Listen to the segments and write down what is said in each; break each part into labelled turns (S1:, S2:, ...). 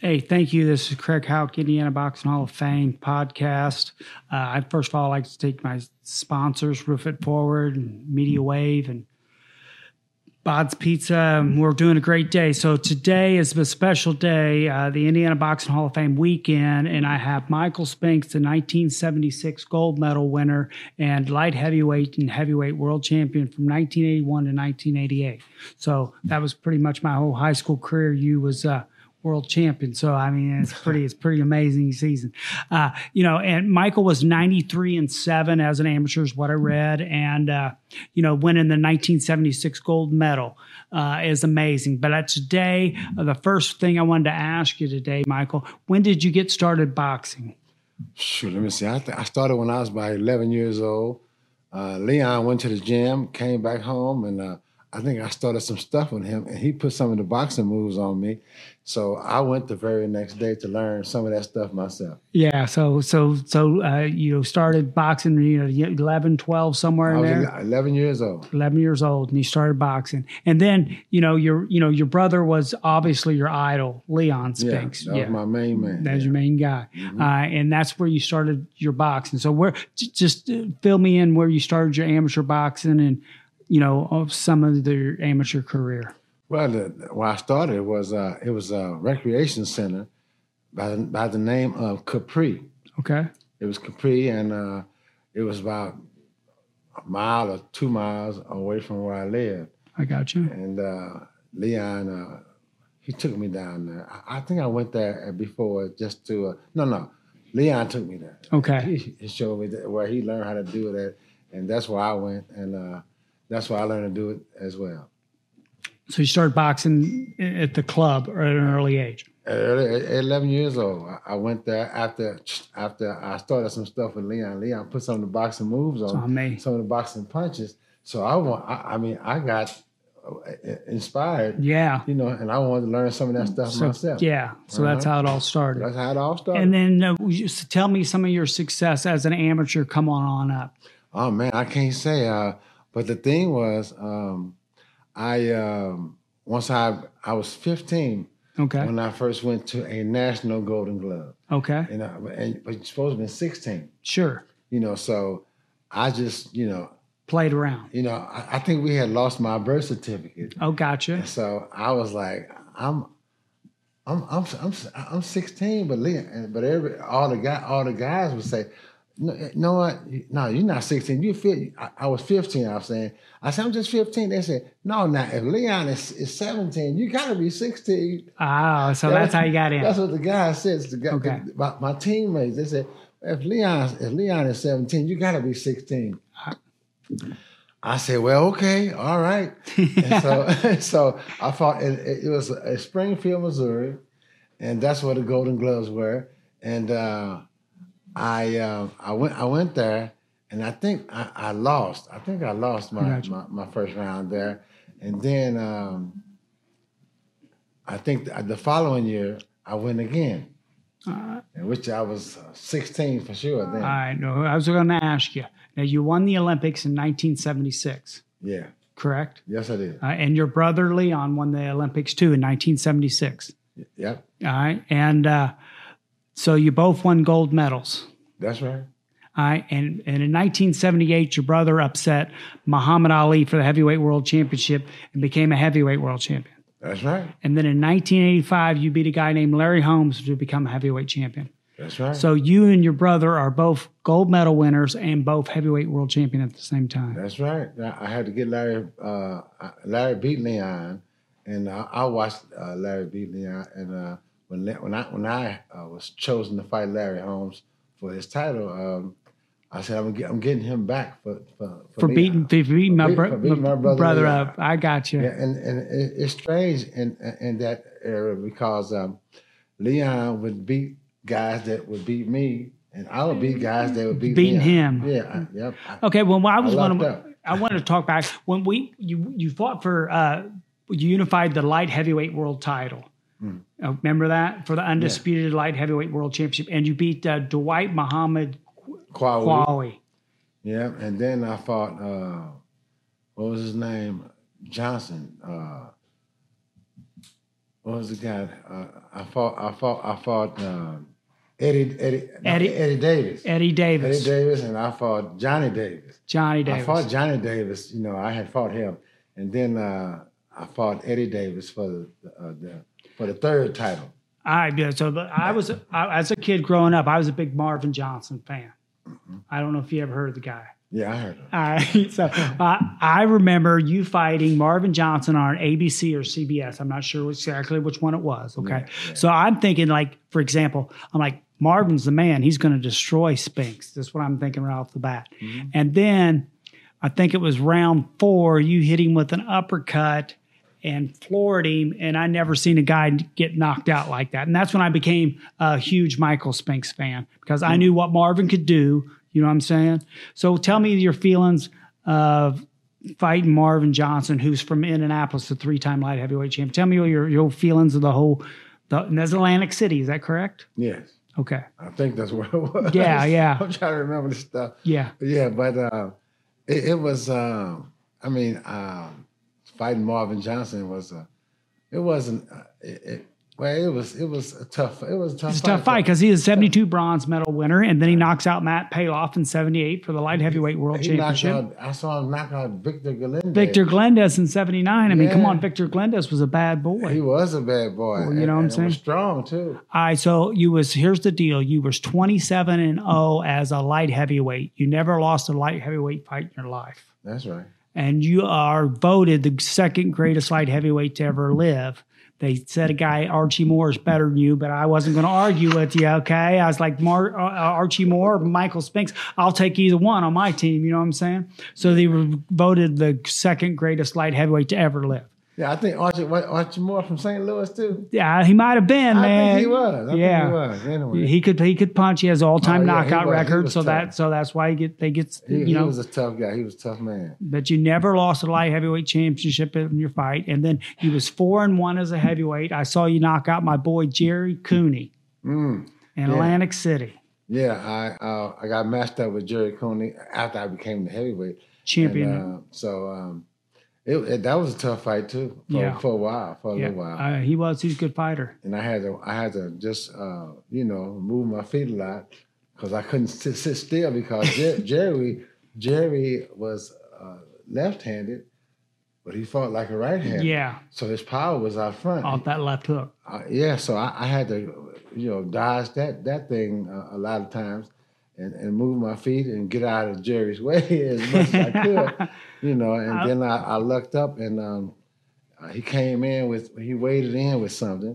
S1: Hey, thank you. This is Craig Houck, Indiana Boxing Hall of Fame podcast. Uh, I first of all I'd like to take my sponsors, Roof It Forward and Media Wave and Bod's Pizza. and We're doing a great day. So today is a special day, uh, the Indiana Boxing Hall of Fame weekend, and I have Michael Spinks, the 1976 gold medal winner and light heavyweight and heavyweight world champion from 1981 to 1988. So that was pretty much my whole high school career. You was. Uh, world champion. So I mean, it's pretty, it's pretty amazing season. Uh, you know, and Michael was 93 and seven as an amateur is what I read. And, uh, you know, winning the 1976 gold medal, uh, is amazing. But uh, today, uh, the first thing I wanted to ask you today, Michael, when did you get started boxing?
S2: Shoot, let me see. I, th- I started when I was about 11 years old. Uh, Leon went to the gym, came back home, and uh, I think I started some stuff with him, and he put some of the boxing moves on me. So I went the very next day to learn some of that stuff myself.
S1: Yeah. So, so, so, uh, you started boxing, you know, 11, 12, somewhere
S2: I
S1: in
S2: was
S1: there.
S2: 11 years old.
S1: 11 years old and he started boxing and then you know your you know your brother was obviously your idol leon
S2: Yeah,
S1: spinks
S2: that was my main man.
S1: that's
S2: yeah. Mm-hmm.
S1: your main guy uh, and that's where you started your boxing so where j- just uh, fill me in where you started your amateur boxing and you know of some of your amateur career
S2: Well, the, where I started was uh, it was a recreation center by the, by the name of Capri.
S1: okay
S2: It was Capri, and uh, it was about a mile or two miles away from where I lived.
S1: i got you
S2: And uh, Leon, uh, he took me down there. I, I think I went there before just to, uh, no, no, Leon took me there.
S1: okay
S2: He, he showed me that, where he learned how to do that, and that's where I went, and uh, that's where I learned to do it as well.
S1: so you started boxing i- at the club or at an early age
S2: At early- at 11 years old, I- I went there after after I started some stuff with Leon. Leon put some of the boxing moves on,
S1: on me.
S2: some of the boxing punches. So I want, I, I mean, I got uh, inspired,
S1: yeah
S2: you know, and I wanted to learn some of that stuff
S1: so
S2: myself.
S1: yeah so that's how it all started
S2: That's how it all started.
S1: And then uh, would you s- tell me some of your success as an amateur. Come on, on up.
S2: oh man, I can't say. Uh, but the thing was, um, I um, once I I was 15
S1: Okay.
S2: when I first went to a national Golden Glove,
S1: Okay.
S2: and, I, and but you're supposed to be 16,
S1: Sure.
S2: you know. So I just, you know,
S1: Played around.
S2: you know, I, I think we had lost my birth certificate,
S1: Oh, gotcha.
S2: so I was like, I'm. I'm I'm I'm I'm 16, but Leon, and- but every all the guy all the guys would say, no, eh, no, what? no, you're not 16. You fit. I, I was 15. I was saying, I said I'm just 15. They said, no, now if Leon is, is 17, you gotta be 16.
S1: Ah, so that's how you got
S2: That's
S1: in.
S2: what the guy says. The guy,
S1: Okay.
S2: the- my, my teammates they said, if Leon if Leon is 17, you gotta be 16. I said, well, okay, all right. And so, so I fought. It, it- it was in Springfield, Missouri, and that's where the Golden Gloves were. And uh, I, uh, I went, I went there, and I think I, I lost. I think I lost my,
S1: Gotcha.
S2: my, my first round there, and then um, I think the, the following year I went again, in which I was uh, 16 for sure. Then,
S1: Uh, I know. I was going to ask you. Now, you won the Olympics in 1976,
S2: yeah,
S1: correct?
S2: yes, I did.
S1: Uh, and your brother Leon won the Olympics too in 1976.
S2: Yep,
S1: All right. And uh, so you both won gold medals.
S2: that's right.
S1: All right. And, and in 1978, your brother upset Muhammad Ali for the heavyweight world championship and became a heavyweight world champion.
S2: That's right.
S1: And then in 1985, you beat a guy named Larry Holmes to become a heavyweight champion.
S2: That's right.
S1: So you and your brother are both gold medal winners and both heavyweight world champion at the same time.
S2: That's right. I I had to get Larry. Uh, Larry beat Leon, and I, I watched uh, Larry beat Leon. And uh, when Le- when I when I uh, was chosen to fight Larry Holmes for his title, um, I said I'm, get, I'm getting him back for for,
S1: For
S2: Leon."
S1: beating, for beating my,
S2: beat-
S1: bro-
S2: for beating my
S1: brother,
S2: brother Leon.
S1: up. I got you.
S2: Yeah, and and it, it's strange in in that era because um, Leon would beat guys that would beat me, and I would beat guys that would beat
S1: Beating
S2: Leon.
S1: him.
S2: Yeah, I, yep. I-
S1: Okay. Well, I was
S2: I
S1: going
S2: lucked
S1: to,
S2: up.
S1: I wanted to talk back when we, you, you fought for, uh, you unified the light heavyweight world title.
S2: Hmm.
S1: Uh, remember that for the undisputed light heavyweight world championship, and you beat uh, Dwight Muhammad
S2: Kwawu.
S1: Kwawi.
S2: Yeah, and then I fought uh what was his name? Johnson. Uh what was the guy? Uh, I fought. I fought. I fought um, Eddie. Eddie. no,
S1: Eddie-
S2: Eddie Davis.
S1: Eddie Davis,
S2: Eddie Davis, and I fought Johnny Davis.
S1: Johnny Davis.
S2: I fought Johnny Davis. You know, I had fought him, and then uh, I fought Eddie Davis for the, uh, the for the third title.
S1: I yeah, so but I was I, as a kid growing up, I was a big Marvin Johnson fan.
S2: Mm-hmm.
S1: I don't know if you ever heard of the guy.
S2: Yeah, I heard him.
S1: All right, so uh, I remember you fighting Marvin Johnson on ABC or CBS. I'm not sure exactly which one it was. Okay, so I'm thinking like, for example, I'm like Marvin's the man. He's going to destroy Spinks. That's what I'm thinking right off the bat. And then I think it was round four. You hit him with an uppercut and floored him. And I never seen a guy get knocked out like that. And that's when I became a huge Michael Spinks fan because
S2: Hmm.
S1: I knew what Marvin could do. You know what I'm saying? So tell me your feelings of fighting Marvin Johnson, who's from Indianapolis, the three-time light heavyweight champ. Tell me your your feelings of the whole. The, and that's Atlantic City. Is that correct?
S2: Yes,
S1: Okay.
S2: I think that's where it was.
S1: Yeah, yeah.
S2: I'm trying to remember the stuff.
S1: Yeah.
S2: Yeah, but uh, it, it was. Um, I mean, um, fighting Marvin Johnson was a. It wasn't. Uh, it, it, well, it was. It was a tough. It was a tough.
S1: It's a tough fight because he is a 72 bronze medal winner, and then he knocks out Matt Payoff in 78 for the light heavyweight world
S2: He knocked
S1: championship.
S2: out. I saw him knock out Victor Galinde.
S1: Victor Glendes in 79. I mean, come
S2: Yeah.
S1: on, Victor Glendes was a bad
S2: He
S1: boy.
S2: was a bad boy.
S1: you know what I'm
S2: and, and
S1: saying?
S2: Was strong too.
S1: I so you was here's the deal. You was 27 and 0 as a light heavyweight. You never lost a light heavyweight fight in your life.
S2: That's right.
S1: and you are voted the second greatest light heavyweight to ever live. They said a guy Archie Moore is better than you, but I wasn't going to argue with you. Okay, I was like Mar- uh, Archie Moore, or Michael Spinks. I'll take either one on my team. You know what I'm saying? So they were voted the second greatest light heavyweight to ever live.
S2: Yeah, I think Archie wa- Archie Moore from St. Louis too.
S1: Yeah, he might have been,
S2: I
S1: man.
S2: think he was. I
S1: yeah.
S2: think he was. Anyway,
S1: He could he could punch. He has all time
S2: Oh, yeah, he
S1: knockout
S2: was- he
S1: record,
S2: was
S1: so
S2: tough.
S1: that so that's why he get they get
S2: he,
S1: you
S2: he
S1: know
S2: was a tough guy. He was a tough man.
S1: but you never lost a light heavyweight championship in your fight. And then you was four and one as a heavyweight. I saw you knock out my boy Jerry Cooney
S2: Mm.
S1: in Atlantic City
S2: Yeah, I uh, I got matched up with Jerry Cooney after I became the heavyweight.
S1: champion.
S2: And, uh, so um, it, it- that was a tough fight too for,
S1: Yeah.
S2: for a while, for a
S1: yeah,
S2: little while.
S1: uh, he was. He's a good fighter.
S2: and I had to I had to just uh, you know move my feet a lot because I couldn't sit, sit still because Jer- Jerry Jerry was uh, left-handed, but he fought like a
S1: Yeah,
S2: right-handed. So his power was out front.
S1: off that left hook.
S2: Uh, yeah, so I, I had to, you know, dodge that that thing uh, a lot of times, and, and move my feet and get out of Jerry's way as much as I could, you know. And then I, I lucked up, and um, uh, he came in with he waded in with something,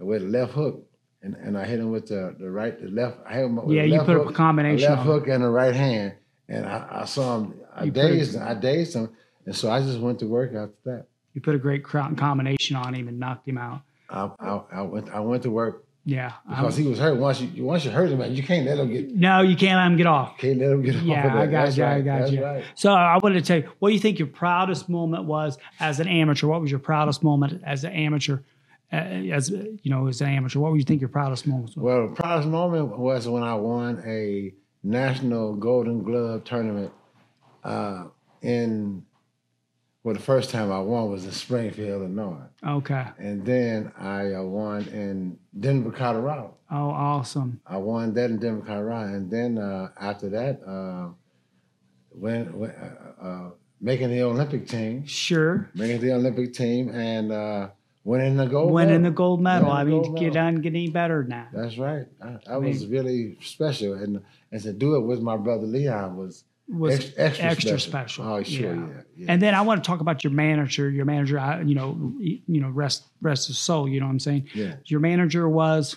S2: with a left hook, and, and I hit him with the, the right the left. I hit him with
S1: Yeah,
S2: a
S1: you
S2: left
S1: put up
S2: hook,
S1: a combination
S2: left
S1: on
S2: hook and a right hand, and I, I saw him. I
S1: You put a-
S2: dazed, I dazed him, and so I just went to work after that.
S1: You put a great cro- combination on him and knocked him out.
S2: I, I, I went I went to work
S1: Yeah. I
S2: because
S1: was-
S2: he was hurt. Once you once you hurt him, man, you can't let him get
S1: no, you can't let him get off.
S2: can't let him get off of
S1: Yeah,
S2: that.
S1: I got
S2: That's
S1: you. I
S2: right.
S1: got
S2: That's
S1: you.
S2: right.
S1: So I wanted to tell you what do you think your proudest moment was as an amateur. What was your proudest moment as an amateur? uh, As uh, you know, as an amateur, what would you think your proudest moments were?
S2: Well, the proudest moment was when I won a national Golden Glove tournament. Uh, in well, the first time I won was in Springfield, Illinois,
S1: Okay.
S2: and then I uh, won in Denver, Colorado.
S1: Oh, awesome.
S2: I won that in Denver, Colorado, and then uh, after that, uh, when, when uh, uh, making the Olympic team.
S1: Sure.
S2: making the Olympic team and uh, winning the gold.
S1: Winning the
S2: medal.
S1: gold medal.
S2: Winning the
S1: I mean,
S2: gold
S1: get
S2: medal.
S1: on get any better than that.
S2: That's right. I, I was really special, and and to do it with my brother Leon was
S1: Was
S2: ex- extra,
S1: extra
S2: special.
S1: special.
S2: Oh, sure,
S1: Yeah.
S2: yeah. yeah,
S1: And then I want to talk about your manager. Your manager, I, you know, you know, rest rest his soul. You know what I'm saying?
S2: yeah.
S1: Your manager was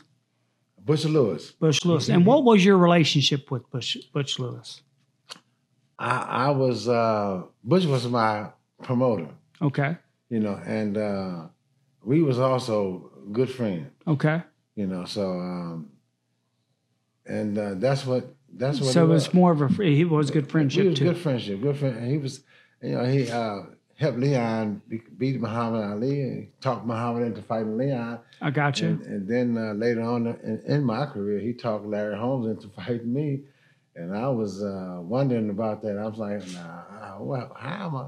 S2: Butcher Lewis.
S1: Bush Lewis. And what was your relationship with Bush Butch Lewis?
S2: I, I was uh, Butcher was my promoter,
S1: Okay.
S2: you know, and uh, we was also good friends,
S1: Okay.
S2: you know. So, um, and uh, that's what that's what.
S1: So
S2: it
S1: it
S2: was.
S1: was more of a fr- he was good
S2: He
S1: friendship
S2: was
S1: too.
S2: good friendship, good friend. And he was, you know, he uh, helped Leon be- beat Muhammad Ali and talked Muhammad into fighting Leon.
S1: I got you.
S2: And, and then uh, later on in, in my career, he talked Larry Holmes into fighting me. And I was uh, wondering about that. I was like, nah, well, how am I?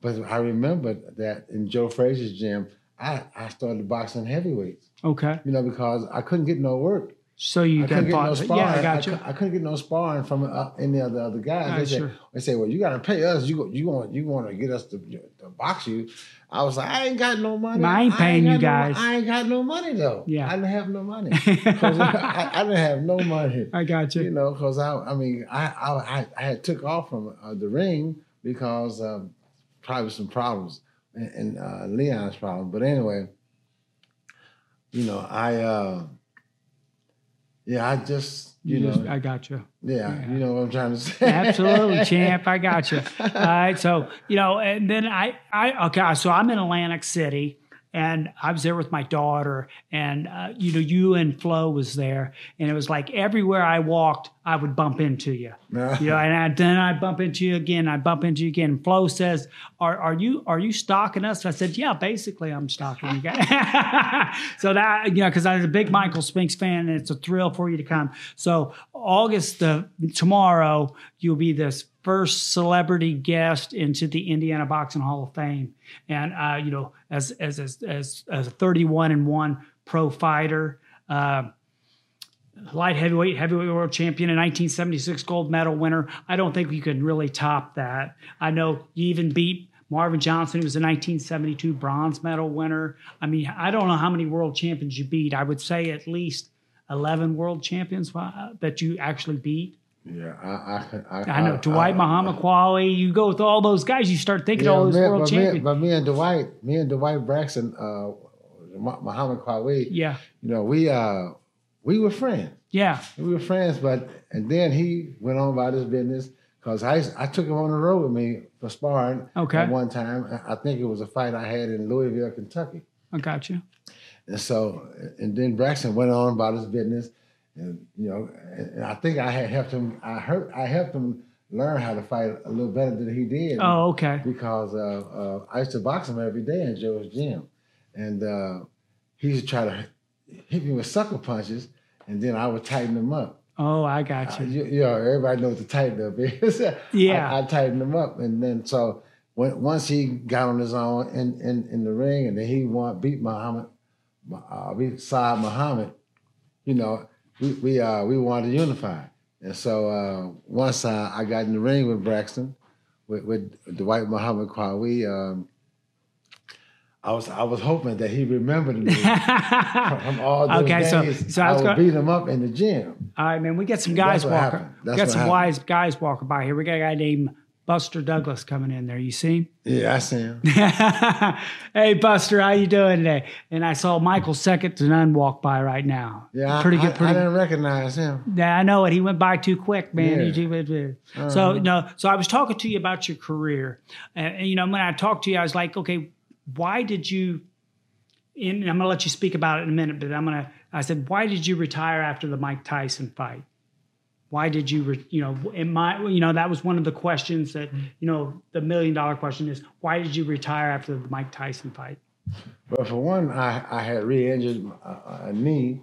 S2: But I remembered that in Joe Frazier's gym, I, I started boxing heavyweights,
S1: Okay.
S2: you know, because I couldn't get no work.
S1: So you
S2: I
S1: then
S2: couldn't get no
S1: thought,
S2: sparring.
S1: yeah, I got
S2: cou-
S1: you.
S2: I, couldn't get no sparring from uh, any of the other guys.
S1: Ah,
S2: they, said,
S1: sure.
S2: they said, well, you got to pay us. You go, you want you want to get us to, to box you. I was like, I ain't got no money.
S1: I ain't paying you
S2: got no-
S1: guys."
S2: I ain't got no money though.
S1: Yeah.
S2: I didn't have no money. 'Cause I,
S1: I,
S2: I didn't have no money.
S1: got
S2: You
S1: you.
S2: know, because I, I mean, I, I, I- I had took off from uh, the ring because um, probably some problems and, and uh, Leon's problem. But anyway, you know, I, uh, yeah, I just, you,
S1: You
S2: know,
S1: just- I got you.
S2: yeah,
S1: yeah.
S2: you know what I'm trying to say.
S1: Absolutely, champ. I got you. All right. So, you know, and then I, I, okay. So I'm in Atlantic City and I was there with my daughter and, uh, you know, you and Flo was there. And it was like everywhere I walked, I would bump into you. You know, and I, then I bump into you again. I bump into you again. Flo says, "Are are you are you stalking us?" I said, "Yeah, basically, I'm stalking you guys." so that you know, because I was a big Michael Spinks fan, and it's a thrill for you to come. So August the tomorrow, you'll be this first celebrity guest into the Indiana Boxing Hall of Fame, and uh, you know, as as as as, as a 31 and one pro fighter. Uh, light heavyweight, heavyweight world champion, and 1976 gold medal winner. I don't think you can really top that. I know you even beat Marvin Johnson, who was a 1972 bronze medal winner. I mean, I don't know how many world champions you beat. I would say at least 11 world champions uh, that you actually beat.
S2: yeah, I, I, I,
S1: I know
S2: uh,
S1: Dwight Muhammad Quali. You go with all those guys, you start thinking all those
S2: me-
S1: world
S2: but, me,
S1: champions.
S2: but me and Dwight, me and Dwight Braxton, uh, Mu- Muhammad Kwawe,
S1: yeah,
S2: you know, we, uh, we were friends.
S1: yeah,
S2: We were friends, but and then he went on about his business because I I took him on the road with me for sparring.
S1: Okay.
S2: At one time, I- I think it was a fight I had in Louisville, Kentucky,
S1: I got you.
S2: and so and then Braxton went on about his business, and you know, and I think I had helped him. I hurt. I helped him learn how to fight a little better than he did
S1: Oh, okay.
S2: because uh, uh, I used to box him every day in Joe's gym, and uh, he used to try to hit me with sucker punches, and then I would tighten him up.
S1: Oh, I got
S2: I-
S1: you.
S2: you, you know, everybody knows the tighten up is.
S1: Yeah.
S2: I, I tightened him up, and then so when, once he got on his own in, in, in the ring, and then he won, beat Muhammad, uh, beat Saad Muhammad. You know, we we uh, we wanted to unify, and so uh, once uh, I got in the ring with Braxton, with, with Dwight Muhammad Kwawi, um, I was I was hoping that he remembered me from all those
S1: Okay, so-
S2: days.
S1: so I
S2: I,
S1: was
S2: would
S1: go-
S2: beat him up in the gym.
S1: All right, man. We got some guys
S2: what
S1: walking.
S2: happened.
S1: We
S2: That's
S1: got
S2: what
S1: some
S2: happened.
S1: wise guys walking by here. We got a guy named Buster Douglas coming in there. You see him?
S2: Yeah, I see him.
S1: hey, Buster, how you doing today? And I saw Michael Second to None walk by right now.
S2: Yeah, I-
S1: pretty
S2: I,
S1: good. Pretty.
S2: I didn't recognize him.
S1: yeah, I know it. He went by too quick, man.
S2: Yeah.
S1: He did- did- did. So no. So I was talking to you about your career, and, and, you know when I talked to you, I was like, okay, why did you? And I'm going to let you speak about it in a minute, but I'm going to. I said, why did you retire after the Mike Tyson fight? why did you re- you know in my you know that was one of the questions that you know the million dollar question is why did you retire after the mike tyson fight
S2: But for one, I, I had re-injured uh, a, a knee,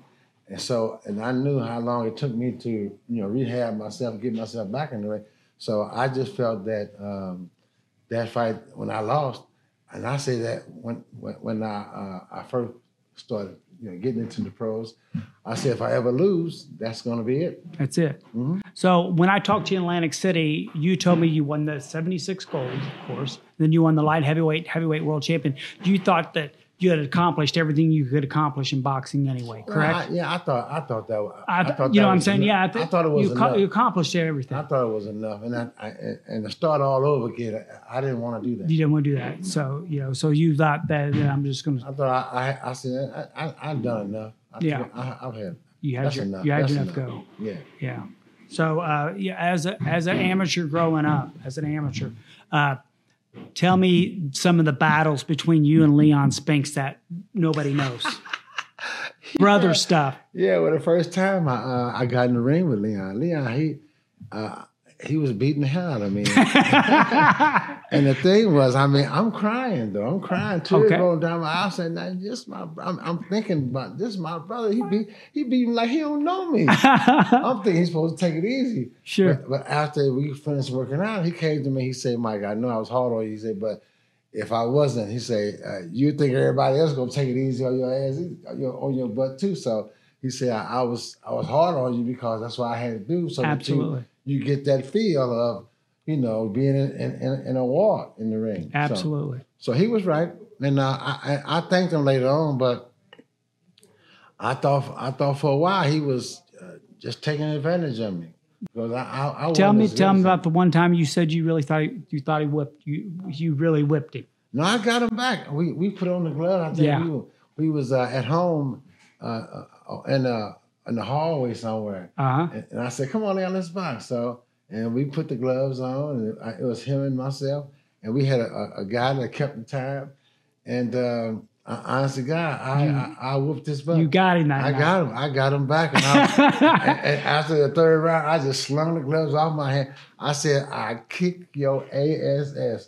S2: and so and I knew how long it took me to you know rehab myself, get myself back in the ring. So I just felt that um, that fight when I lost, and I say that when when, when I uh, I first started you know getting into the pros, I said if I ever lose, that's going to be it.
S1: that's it
S2: Mm-hmm.
S1: so when i talked to you in atlantic city you told me you won the 76 gold of course then you won the light heavyweight heavyweight world champion you thought that you had accomplished everything you could accomplish in boxing anyway correct
S2: I, yeah, I thought I thought that was,
S1: I
S2: I,
S1: th-
S2: thought
S1: you
S2: that
S1: know what i'm
S2: was
S1: saying
S2: enough.
S1: yeah
S2: I thought it was
S1: you, acco-
S2: enough.
S1: you accomplished everything
S2: I thought it was enough, and I, I and- and to start all over again, I, I didn't want to do
S1: you
S2: that.
S1: didn't want to do that so you know so you thought that, that i'm just gonna
S2: I thought I I, I said I, I I've done enough. I,
S1: Yeah.
S2: I, I've had
S1: you had
S2: that's
S1: your
S2: enough.
S1: you had
S2: that's
S1: your enough
S2: enough.
S1: go
S2: Yeah,
S1: Yeah. So uh, yeah, as a, as an amateur growing up, as an amateur, uh, tell me some of the battles between you and Leon Spinks that nobody knows. Brother stuff.
S2: yeah. Well, the first time I uh, I got in the ring with Leon, Leon he uh, he was beating the hell out of me. and the thing was, I mean, I'm crying though. I'm crying tears
S1: Okay.
S2: going down my eyes, and I just my I'm, I'm thinking about this. is My brother, he beat he beat me like he don't know me. I'm thinking he's supposed to take it easy.
S1: Sure.
S2: But, but after we finished working out, he came to me. He said, "Mike, I know I was hard on you." He said, "But If I wasn't, he say, uh, you think everybody else gonna take it easy on your ass, on your, on your butt too. So he said, I, I was I was hard on you because that's what I had to do. So that you,
S1: Absolutely.
S2: you get that feel of, you know, being in, in, in, in a war in the ring. So-
S1: Absolutely.
S2: so he was right, and uh, I, I I thanked him later on, but I thought I thought for a while he was uh, just taking advantage of me because I, I, I
S1: tell
S2: wasn't
S1: me,
S2: as good
S1: tell me
S2: as him.
S1: about the one time you said you really thought he, you thought he whipped you. You really whipped him.
S2: No, I got him back. We we put on the glove. I think
S1: Yeah.
S2: we were, we was uh, at home uh, uh, in uh, in the hallway somewhere,
S1: Uh huh.
S2: and, and I said, "Come on down, let's box." So and we put the gloves on, and I, it was him and myself, and we had a, a, a guy that kept the tab, and. Um, Honestly, God, I, I I whooped his butt.
S1: You got him that
S2: I
S1: night.
S2: got him. I got him back. And, I, and- and after the third round, I just slung the gloves off my hand. I said, I kick your ass ass.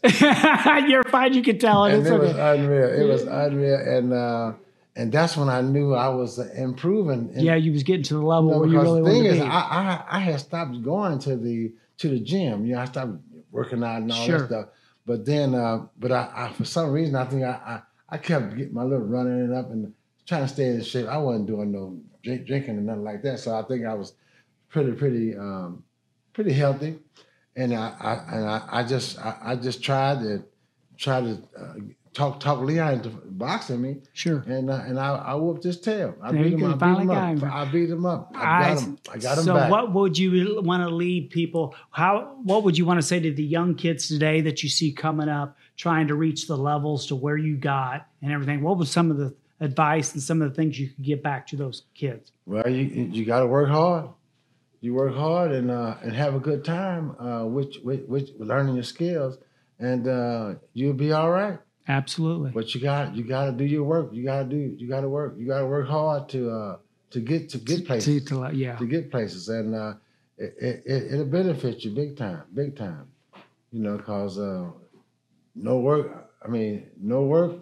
S1: You're fine. You can tell it.
S2: And
S1: It's
S2: it was
S1: Oh, okay.
S2: unreal. It was unreal. And uh, and that's when I knew I was improving. And,
S1: Yeah, you was getting to the level
S2: you know,
S1: where you
S2: because
S1: really
S2: the
S1: wanted
S2: thing
S1: to
S2: is,
S1: be.
S2: I, I I had stopped going to the to the gym. You know, I stopped working out and all
S1: Sure.
S2: that stuff. But then, uh, but I, I for some reason I think I I, I kept getting my little running it up and trying to stay in shape. I wasn't doing no drink, drinking and nothing like that. So I think I was pretty pretty um, pretty healthy. And I, I and I, I just I, I just tried to try to uh, talk talk Leon into boxing me.
S1: sure.
S2: And uh, and I, I whooped his tail. I
S1: There
S2: beat
S1: you go.
S2: him. I
S1: You
S2: beat
S1: finally
S2: him
S1: got
S2: up.
S1: him.
S2: I beat him up. I got him. I got him
S1: so
S2: back.
S1: what would you want to leave people? How what would you want to say to the young kids today that you see coming up, trying to reach the levels to where you got and everything? What was some of the advice and some of the things you could give back to those kids?
S2: Well, you you got to work hard. You work hard and uh, and have a good time uh, with, with with learning your skills, and uh, you'll be all right.
S1: Absolutely.
S2: But you got you got to do your work. You got to do you got to work. You got to work hard to uh, to get to get
S1: To,
S2: places
S1: to let- yeah.
S2: to get places, and uh, it, it- it it'll benefit you big time, big time. You know, cause uh, no work. I mean, no work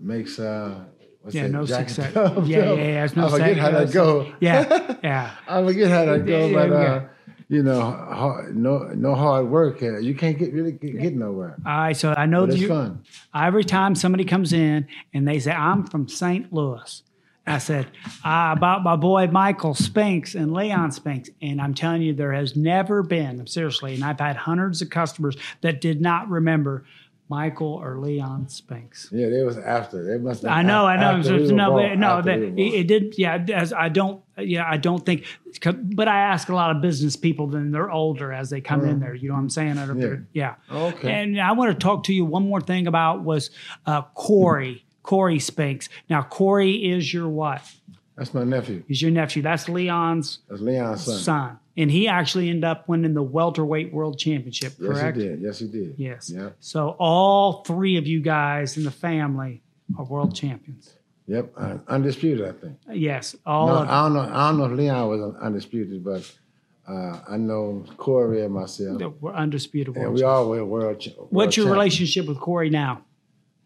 S2: makes uh, what's
S1: Yeah,
S2: that,
S1: no
S2: Jack-
S1: success. Yeah, yeah, yeah. It's no
S2: I forget
S1: success.
S2: how that go.
S1: Yeah. Yeah.
S2: I forget how that go,
S1: Yeah,
S2: but
S1: yeah.
S2: uh, you know, hard, no no hard work. Uh, you can't get really get, get nowhere.
S1: All right. So I know
S2: But
S1: that
S2: it's
S1: you,
S2: fun.
S1: every time somebody comes in and they say, I'm from St. Louis. I said, ah, about my boy Michael Spinks and Leon Spinks. And I'm telling you, there has never been, seriously, and I've had hundreds of customers that did not remember Michael or Leon Spinks.
S2: Yeah, they was after. They must. have
S1: I know, I
S2: been
S1: know.
S2: after we were
S1: no,
S2: born,
S1: no,
S2: after
S1: that,
S2: we were
S1: it,
S2: born.
S1: it did. Yeah, as I don't. Yeah, I don't think. But I ask a lot of business people, then they're older as they come
S2: Uh-huh.
S1: in there. You know what I'm saying? Or if they're- yeah.
S2: Okay.
S1: And I want to talk to you one more thing about was uh, Corey. Corey Spinks. Now Corey is your what?
S2: That's my nephew.
S1: He's your nephew. That's Leon's
S2: That's Leon's son.
S1: son, and he actually ended up winning the welterweight world championship.
S2: Yes,
S1: Correct.
S2: he did. Yes, he did.
S1: Yes.
S2: Yeah.
S1: So all three of you guys in the family are world champions.
S2: Yep. Uh, undisputed, I think.
S1: Yes, all
S2: No,
S1: of
S2: I don't know. I don't know if Leon was undisputed, but uh, I know Corey and myself.
S1: that were undisputed
S2: And
S1: world
S2: we
S1: champ-
S2: all were world. cha- world
S1: What's your
S2: champ.
S1: relationship with Corey now?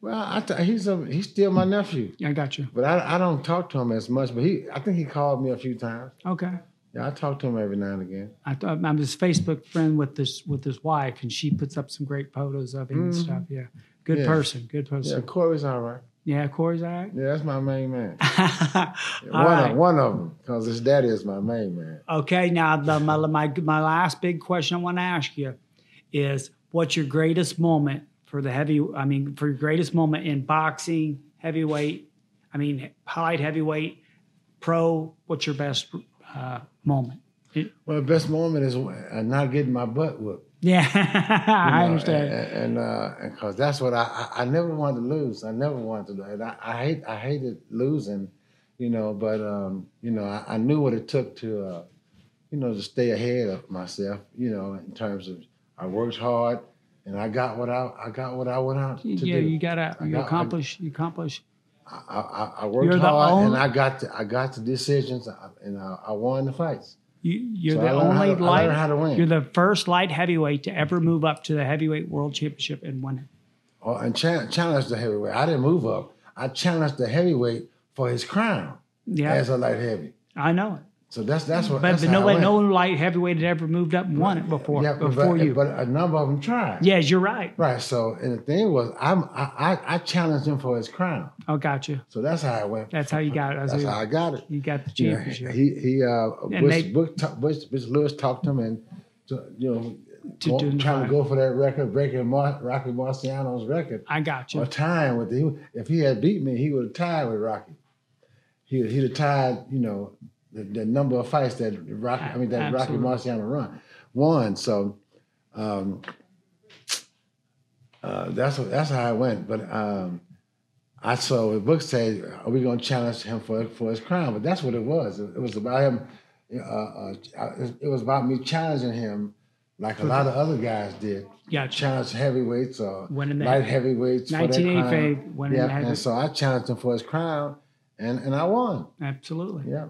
S2: Well, I th- he's a, he's still my nephew,
S1: I got you.
S2: but I, I don't talk to him as much. But he, I think he called me a few times.
S1: Okay.
S2: Yeah, I talk to him every now and again.
S1: I, th- I'm his Facebook friend with this with his wife, and she puts up some great photos of him and stuff. Yeah, good
S2: Mm-hmm. Yeah.
S1: person, good
S2: Yeah,
S1: person.
S2: Corey's all right.
S1: Yeah, Corey's all right.
S2: Yeah, that's my main man.
S1: all
S2: one
S1: right.
S2: of one of them, because his daddy is my main man.
S1: Okay. Now, the, my my my last big question I want to ask you is, what's your greatest moment for the heavy? I mean, for your greatest moment in boxing, heavyweight. I mean, light heavyweight, pro. What's your best uh, moment?
S2: Well, the best moment is uh, not getting my butt whooped.
S1: Yeah, I
S2: know, eh,
S1: understand.
S2: And because and, because that's what I, I I never wanted to lose. I never wanted to. lose. And I, I hate I hated losing, you know. But um, you know, I, I knew what it took to, uh, you know, to stay ahead of myself. You know, in terms of I worked hard and I got what I I got what I went out to
S1: yeah,
S2: do.
S1: you gotta you
S2: got- I-
S1: accomplish you accomplish.
S2: I, I, I worked
S1: You're the
S2: hard
S1: only-
S2: and I got the, I got the decisions uh, and I, I won the fights.
S1: You, you're
S2: So
S1: the
S2: I learned how
S1: only
S2: to- I
S1: light.
S2: learned how to win.
S1: You're the first light heavyweight to ever move up to the heavyweight world championship and win it.
S2: Oh, and cha- challenged the heavyweight. I didn't move up. I challenged the heavyweight for his crown
S1: Yeah,
S2: as a light heavy.
S1: I know it.
S2: So that's that's what.
S1: But,
S2: that's
S1: but
S2: how I
S1: nobody,
S2: went.
S1: no light heavyweight had ever moved up and won it before
S2: Yeah, but-
S1: before
S2: but,
S1: you.
S2: But a number of them tried.
S1: yes, you're right.
S2: Right. So and the thing was, I'm I I, I challenged him for his crown.
S1: Oh, gotcha.
S2: So that's how I went.
S1: That's how you got it. That's
S2: That's
S1: how
S2: how I got it.
S1: you got the
S2: You know,
S1: championship.
S2: he he uh,
S1: And
S2: Bush,
S1: they-
S2: Bush, ta- Bush, Bush Lewis talked to him and to, you know
S1: To
S2: go-
S1: do
S2: trying
S1: that.
S2: to go for that record, breaking Mar- Rocky Marciano's record
S1: I got
S2: or
S1: you.
S2: tying with him. If he had beat me, he would have tied with Rocky. He he'd have tied you know the, the number of fights that Rocky I mean that
S1: Absolutely.
S2: Rocky Marciano run won. So. Um, uh, that's what, that's how I went, but um, I saw the book say, "Are we going to challenge him for for his crime?" But that's what it was. It, it was about him. Uh, uh, it- it was about me challenging him, like a lot of other guys did.
S1: Gotcha.
S2: Challenge heavyweights or
S1: Winning the-
S2: light heavyweights. for their crime.
S1: 1985, winning
S2: Yeah,
S1: the
S2: and
S1: heavyweight.
S2: so I challenged him for his crown, and and I won.
S1: Absolutely.
S2: Yeah.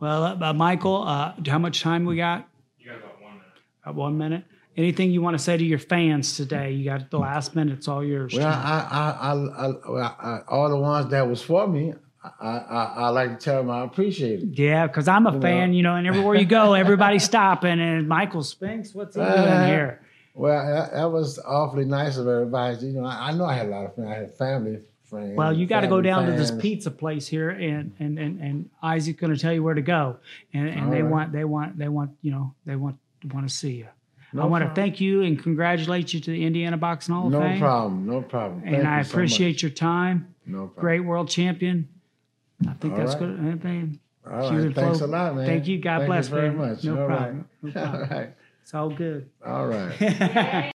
S1: Well, uh, uh, Michael, uh, how much time we got?
S3: You got about one minute.
S1: About one minute. Anything you want to say to your fans today? You got the last minute. It's all yours.
S2: Well,
S1: Jim.
S2: I, I, I, I, well, I, all the ones that was for me, I, I, I like to tell them I appreciate it.
S1: yeah, because I'm a
S2: know.
S1: fan, you know, and everywhere you go, everybody's stopping. And Michael Spinks, what's he doing
S2: Uh,
S1: here?
S2: Well, that, that was awfully nice of everybody. You know, I, I know I had a lot of friends. I had family friends.
S1: Well, you got to go
S2: family
S1: down to this
S2: fans.
S1: pizza place here, and and and, and Isaac's going to tell you where to go, and, and
S2: All
S1: they
S2: right.
S1: want they want they want you know they want want to see you. I
S2: No
S1: want to
S2: problem.
S1: thank you and congratulate you to the Indiana Boxing Hall of
S2: No
S1: Fame,
S2: problem. No problem.
S1: and
S2: Thank
S1: I
S2: you so much.
S1: appreciate your time.
S2: No problem.
S1: Great world champion. I think
S2: All
S1: that's
S2: right.
S1: good. Hey, man,
S2: All
S1: Hughes
S2: right.
S1: and
S2: Thanks
S1: Flo.
S2: a lot, man.
S1: Thank you. God
S2: Thank
S1: bless,
S2: you very
S1: man.
S2: much.
S1: No
S2: All
S1: problem.
S2: right. All right.
S1: It's all good.
S2: All right.